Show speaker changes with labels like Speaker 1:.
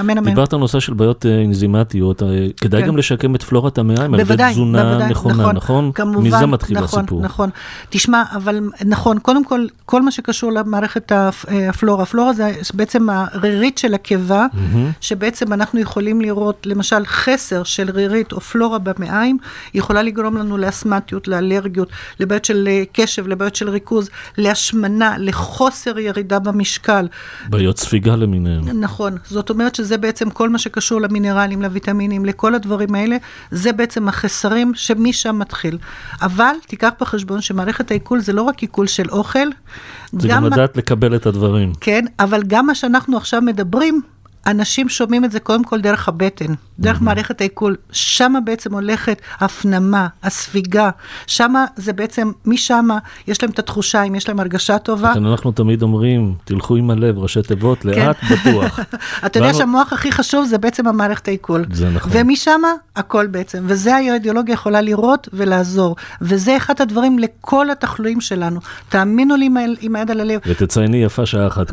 Speaker 1: אמן אמן. דיברת על נושא של בעיות אה, אנזימטיות, אה, כדאי גם לשקם את פלורת המעיים על ידי תזונה נכונה, נכון? מזה מתחיל הסיפור. נכון, תשמע, אבל נכון, קודם כל, כל מה שקשור למערכת אה, הפלורה, הפלורה זה בעצם הרירית של הקיבה, שבעצם אנחנו יכולים לראות, למשל חסר של רירית או פלורה במעיים, יכולה לגרום לנו לאסמטיות, לאלרגיות, לבעיות של אה, קשב, לבעיות של ריכוז, להשמנה, לחוסר ירידה במשקל. בעיות ספיגה למיניהם. נכון, זאת אומרת שזה בעצם כל מה שקשור למינרלים, לויטמינים, לכל הדברים האלה, זה בעצם החסרים שמשם מתחיל. אבל תיקח בחשבון שמערכת העיכול זה לא רק עיכול של אוכל. זה גם לדעת מה... לקבל את הדברים. כן, אבל גם מה שאנחנו עכשיו מדברים, אנשים שומעים את זה קודם כל דרך הבטן, דרך מערכת העיכול, שם בעצם הולכת הפנמה, הספיגה, שם זה בעצם, משם יש להם את התחושה, אם יש להם הרגשה טובה. לכן אנחנו תמיד אומרים, תלכו עם הלב, ראשי תיבות, לאט, בטוח. אתה יודע שהמוח הכי חשוב זה בעצם המערכת העיכול. זה נכון. ומשם הכל בעצם, וזה האידיאולוגיה יכולה לראות ולעזור, וזה אחד הדברים לכל התחלואים שלנו. תאמינו לי עם היד על הלב. ותצייני יפה שעה אחת